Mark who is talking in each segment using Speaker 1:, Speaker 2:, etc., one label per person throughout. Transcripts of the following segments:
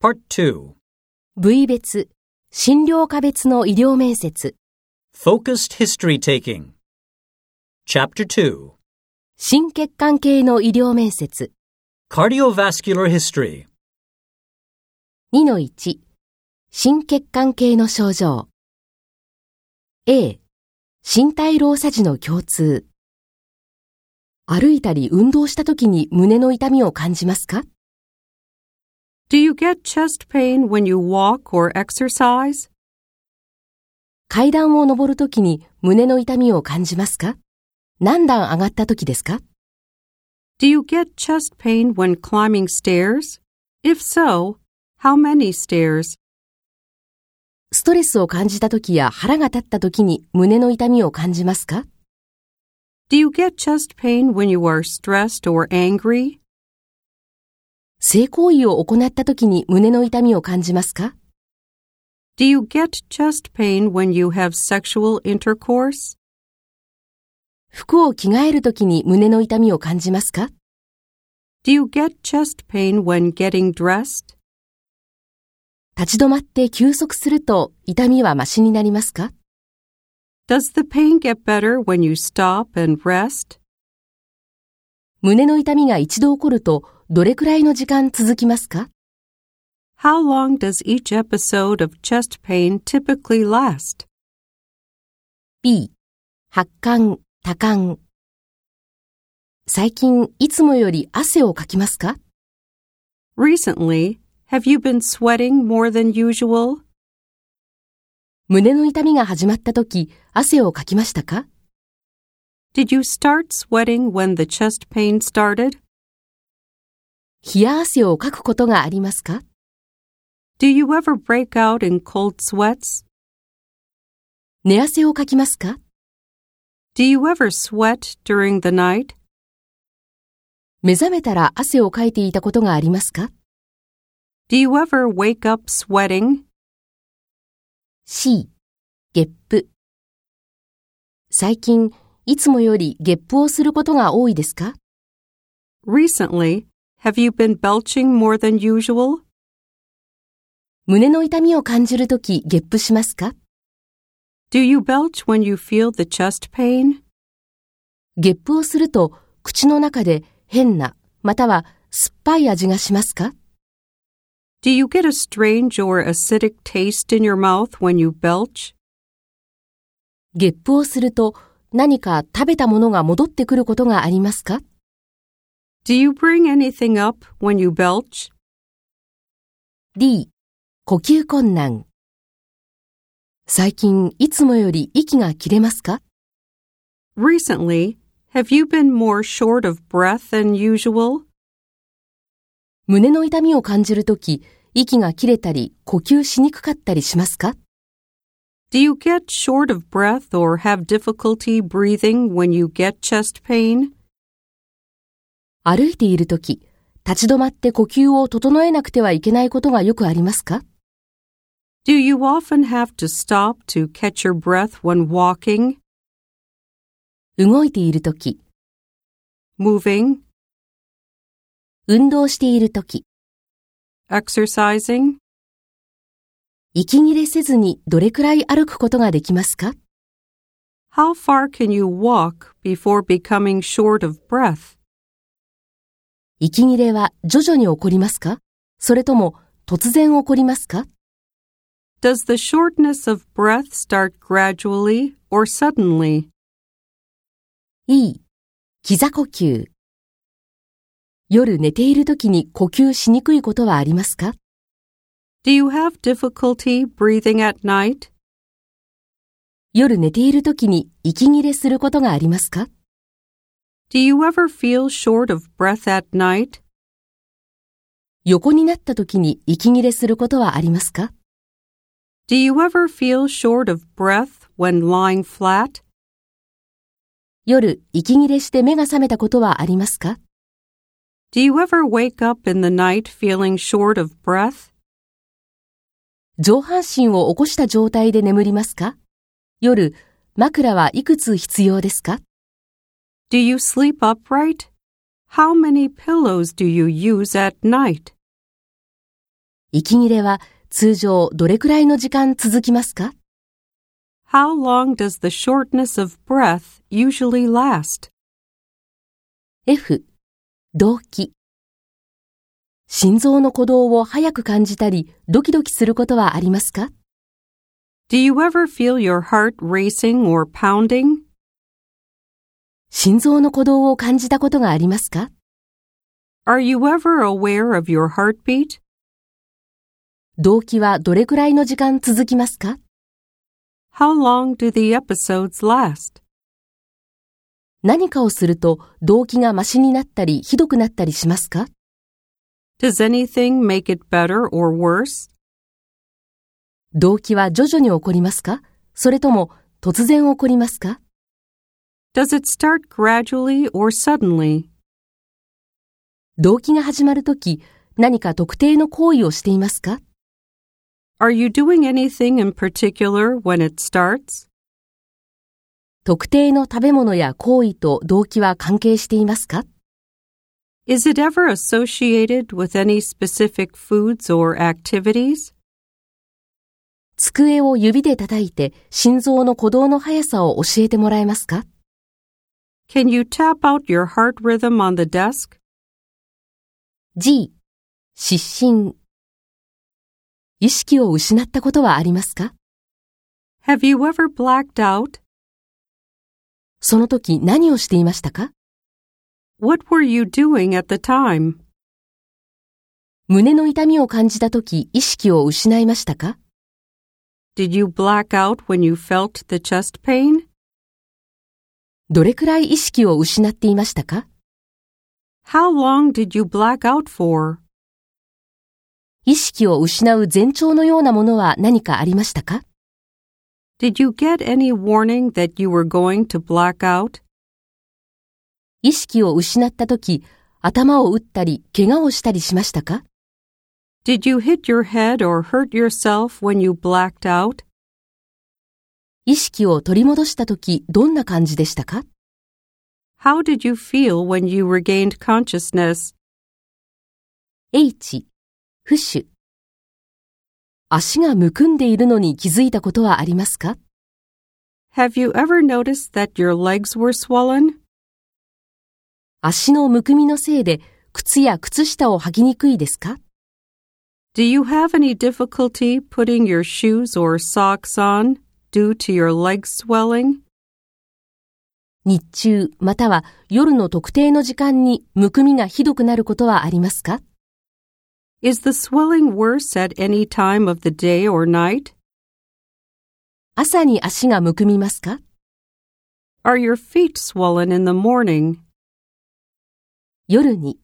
Speaker 1: Part 2
Speaker 2: 部位別、診療科別の医療面接、
Speaker 1: Focused History Taking. Chapter 2
Speaker 2: 心血管系の医療面接、
Speaker 1: Cardiovascular History.
Speaker 2: 2-1、心血管系の症状。A、身体老作時の共通。歩いたり運動した時に胸の痛みを感じますか
Speaker 3: Do you get chest pain when you walk or exercise?
Speaker 2: 階段を上る時に胸の痛みを感じますか何段上がった時ですか
Speaker 3: Do you get chest pain when climbing stairs? If so, how many stairs?
Speaker 2: ストレスを感じた時や腹が立った時に胸の痛みを感じますか
Speaker 3: Do you get chest pain when you are stressed or angry?
Speaker 2: 性行為を行った時に胸の痛みを感じますか
Speaker 3: Do you get chest pain when you have sexual intercourse?
Speaker 2: 服を着替える時に胸の痛みを感じますか
Speaker 3: Do you get chest pain when getting dressed?
Speaker 2: 立ち止まって休息すると痛みはマシになりますか
Speaker 3: Does the pain get better when you stop and rest?
Speaker 2: 胸の痛みが一度起こるとどれくらいの時間続きますか
Speaker 3: How long does each episode of chest pain typically last?
Speaker 2: ?B、発汗、多汗。最近いつもより汗をかきますか
Speaker 3: Recently, have you been sweating more than usual?
Speaker 2: 胸の痛みが始まった時汗をかきましたか
Speaker 3: Did you start sweating when the chest pain started?
Speaker 2: 冷や汗をかくことがありますか
Speaker 3: Do you ever break out in cold sweats?
Speaker 2: 寝汗をかきますか
Speaker 3: Do you ever sweat during the night?
Speaker 2: 目覚めたら汗をかいていたことがありますか
Speaker 3: Do you ever wake up sweating?
Speaker 2: C、ゲップ。最近、いつもよりゲップをすることが多いですか
Speaker 3: Recently, have you been belching more than usual?
Speaker 2: 胸の痛みを感じるとき、ゲップしますか
Speaker 3: Do you belch when you feel the chest pain?
Speaker 2: ゲップをすると、口の中で変な、または酸っぱい味がしますか
Speaker 3: Do you get a strange or acidic taste in your mouth when you belch?
Speaker 2: ゲップをすると、何か食べたものが戻ってくることがありますか
Speaker 3: Do you bring anything up when you belch?
Speaker 2: D、呼吸困難。最近、いつもより息が切れますか
Speaker 3: Recently, have you been more short of breath than usual?
Speaker 2: 胸の痛みを感じるとき、息が切れたり、呼吸しにくかったりしますか
Speaker 3: Do you get short of breath or have difficulty breathing when you get chest pain?
Speaker 2: 歩いているとき、立ち止まって呼吸を整えなくてはいけないことがよくありますか
Speaker 3: Do you often have to stop to catch your breath when walking,
Speaker 2: 動いているとき、
Speaker 3: moving,
Speaker 2: 運動しているとき、
Speaker 3: exercising?
Speaker 2: 息切れせずにどれくらい歩くことができますか
Speaker 3: How far can you walk before becoming short of breath?
Speaker 2: 息切れは徐々に起こりますかそれとも突然起こりますか
Speaker 3: Does the shortness of breath start gradually or suddenly?
Speaker 2: ?E、膝呼吸。夜寝ているときに呼吸しにくいことはありますか
Speaker 3: Do you have difficulty breathing at night?
Speaker 2: 夜寝ているときに息切れすることがありますか
Speaker 3: Do you ever feel short of breath at night?
Speaker 2: 横になったときに息切れすることはありますか
Speaker 3: Do you ever feel short of breath when lying flat?
Speaker 2: 夜、息切れして目が覚めたことはありますか
Speaker 3: Do you ever wake up in the night feeling short of breath?
Speaker 2: 上半身を起こした状態で眠りますか夜、枕はいくつ必要ですか
Speaker 3: Do you sleep upright? How many pillows do you use at night?
Speaker 2: 息切れは通常どれくらいの時間続きますか
Speaker 3: How long does the shortness of breath usually last?
Speaker 2: F、動機。心臓の鼓動を早く感じたり、ドキドキすることはありますか
Speaker 3: Do you ever feel your heart racing or pounding?
Speaker 2: 心臓の鼓動を感じたことがありますか
Speaker 3: Are you ever aware of your heartbeat?
Speaker 2: 動機はどれくらいの時間続きますか
Speaker 3: How long do the episodes last?
Speaker 2: 何かをすると動機がマシになったりひどくなったりしますか
Speaker 3: Does anything make it better or worse?
Speaker 2: 動機は徐々に起こりますかそれとも突然起こりますか
Speaker 3: Does it start gradually or suddenly?
Speaker 2: 動機が始まるとき何か特定の行為をしていますか
Speaker 3: Are you doing anything in particular when it starts?
Speaker 2: 特定の食べ物や行為と動機は関係していますか
Speaker 3: Is it ever associated with any specific foods or activities?
Speaker 2: 机を指で叩いて心臓の鼓動の速さを教えてもらえますか
Speaker 3: Can you tap out your heart rhythm on the desk?
Speaker 2: ?G、失神。意識を失ったことはありますか
Speaker 3: Have you ever blacked out?
Speaker 2: その時何をしていましたか
Speaker 3: What were you doing at the time?
Speaker 2: 胸の痛みを感じた時意識を失いましたか
Speaker 3: Did you black out when you felt the chest pain?
Speaker 2: どれくらい意識を失っていましたか
Speaker 3: How long did you black out for?
Speaker 2: 意識を失う前兆のようなものは何かありましたか
Speaker 3: Did you get any warning that you were going to black out?
Speaker 2: 意識を失った時頭を打ったり怪我をしたりしましたか
Speaker 3: Did you hit your head or hurt yourself when you blacked out?
Speaker 2: 意識を取り戻した時どんな感じでしたか
Speaker 3: How did you feel when you regained consciousness?
Speaker 2: H、フッシュ。足がむくんでいるのに気づいたことはありますか
Speaker 3: Have you ever noticed that your legs were swollen?
Speaker 2: 足のむくみのせいで靴や靴下を履きにくいですか
Speaker 3: Do you have any difficulty putting your shoes or socks on due to your leg swelling?
Speaker 2: 日中または夜の特定の時間にむくみがひどくなることはありますか
Speaker 3: Is the swelling worse at any time of the day or night?
Speaker 2: 朝に足がむくみますか
Speaker 3: Are your feet swollen in the morning?
Speaker 2: 夜に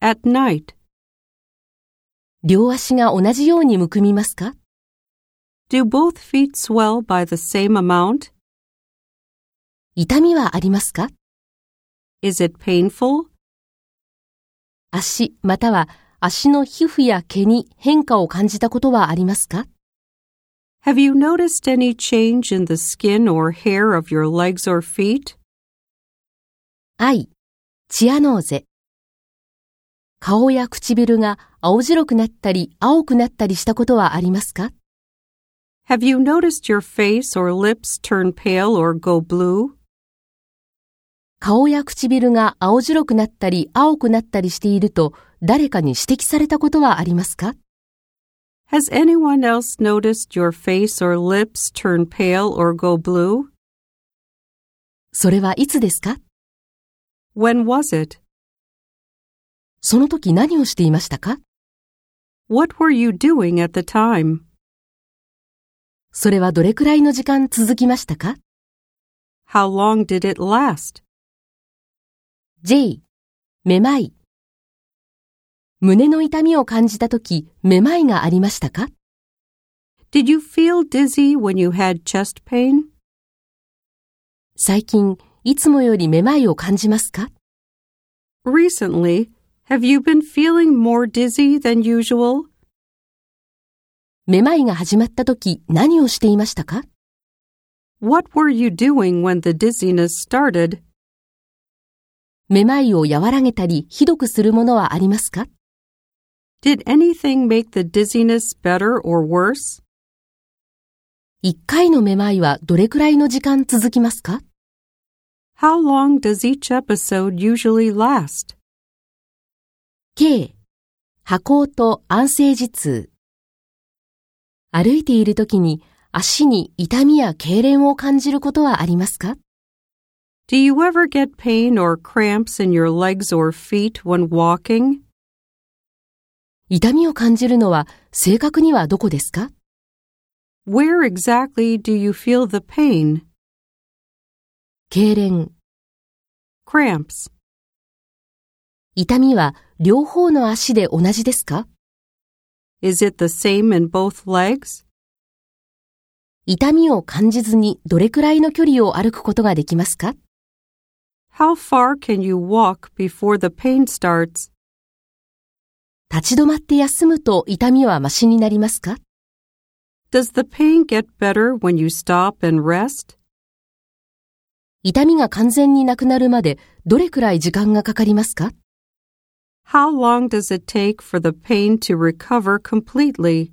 Speaker 3: At night?
Speaker 2: 両足が同じようにむくみますか
Speaker 3: Do both feet swell by the same amount?
Speaker 2: 痛みはありますか
Speaker 3: Is it painful?
Speaker 2: 足または足の皮膚や毛に変化を感じたことはありますか
Speaker 3: Have you noticed any change in the skin or hair of your legs or feet?
Speaker 2: I、チアノーゼ。顔や唇が青白くなったり青くなったりしたことはありますか
Speaker 3: Have you noticed your face or lips turn pale or go blue?
Speaker 2: 顔や唇が青白くなったり青くなったりしていると誰かに指摘されたことはありますか
Speaker 3: Has anyone else noticed your face or lips turn pale or go blue?
Speaker 2: それはいつですか
Speaker 3: When was it?
Speaker 2: その時何をしていましたか
Speaker 3: What were you doing at the time?
Speaker 2: それはどれくらいの時間続きましたか
Speaker 3: How long did it last?
Speaker 2: J、めまい。胸の痛みを感じた時、めまいがありましたか
Speaker 3: Did you feel dizzy when you had chest pain?
Speaker 2: 最近、いつもよりめまいを感じますか
Speaker 3: Recently, have you been feeling more dizzy than usual?
Speaker 2: めまいが始まった時、何をしていましたか
Speaker 3: What were you doing when the dizziness started?
Speaker 2: めまいを和らげたり、ひどくするものはありますか
Speaker 3: Did anything make the dizziness better or worse?
Speaker 2: 一回のめまいはどれくらいの時間続きますか
Speaker 3: How long does each episode usually last?
Speaker 2: ?K、歩行と安静時痛。歩いているときに足に痛みや痙攣を感じることはありますか
Speaker 3: Do you ever get pain or cramps in your legs or feet when walking?
Speaker 2: 痛みを感じるのは正確にはどこですか
Speaker 3: Where exactly do you feel the pain?
Speaker 2: 痙攣。
Speaker 3: Cramps.
Speaker 2: 痛みは両方の足で同じですか
Speaker 3: Is it the same in both legs?
Speaker 2: 痛みを感じずにどれくらいの距離を歩くことができますか
Speaker 3: How far can you walk before the pain starts?
Speaker 2: 立ち止まって休むと痛みはマシになりますか
Speaker 3: Does the pain get better when you stop and rest?
Speaker 2: 痛みが完全になくなるまでどれくらい時間がかかりますか
Speaker 3: How long does it take for the pain to recover completely?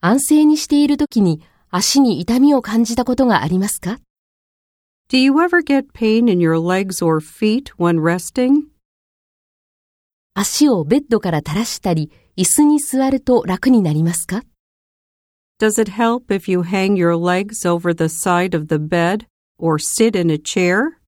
Speaker 2: 安静にしているときに足に痛みを感じたことがありますか
Speaker 3: Do you ever get pain in your legs or feet when resting?
Speaker 2: 足をベッドから垂らしたり椅子に座ると楽になりますか
Speaker 3: Does it help if you hang your legs over the side of the bed or sit in a chair?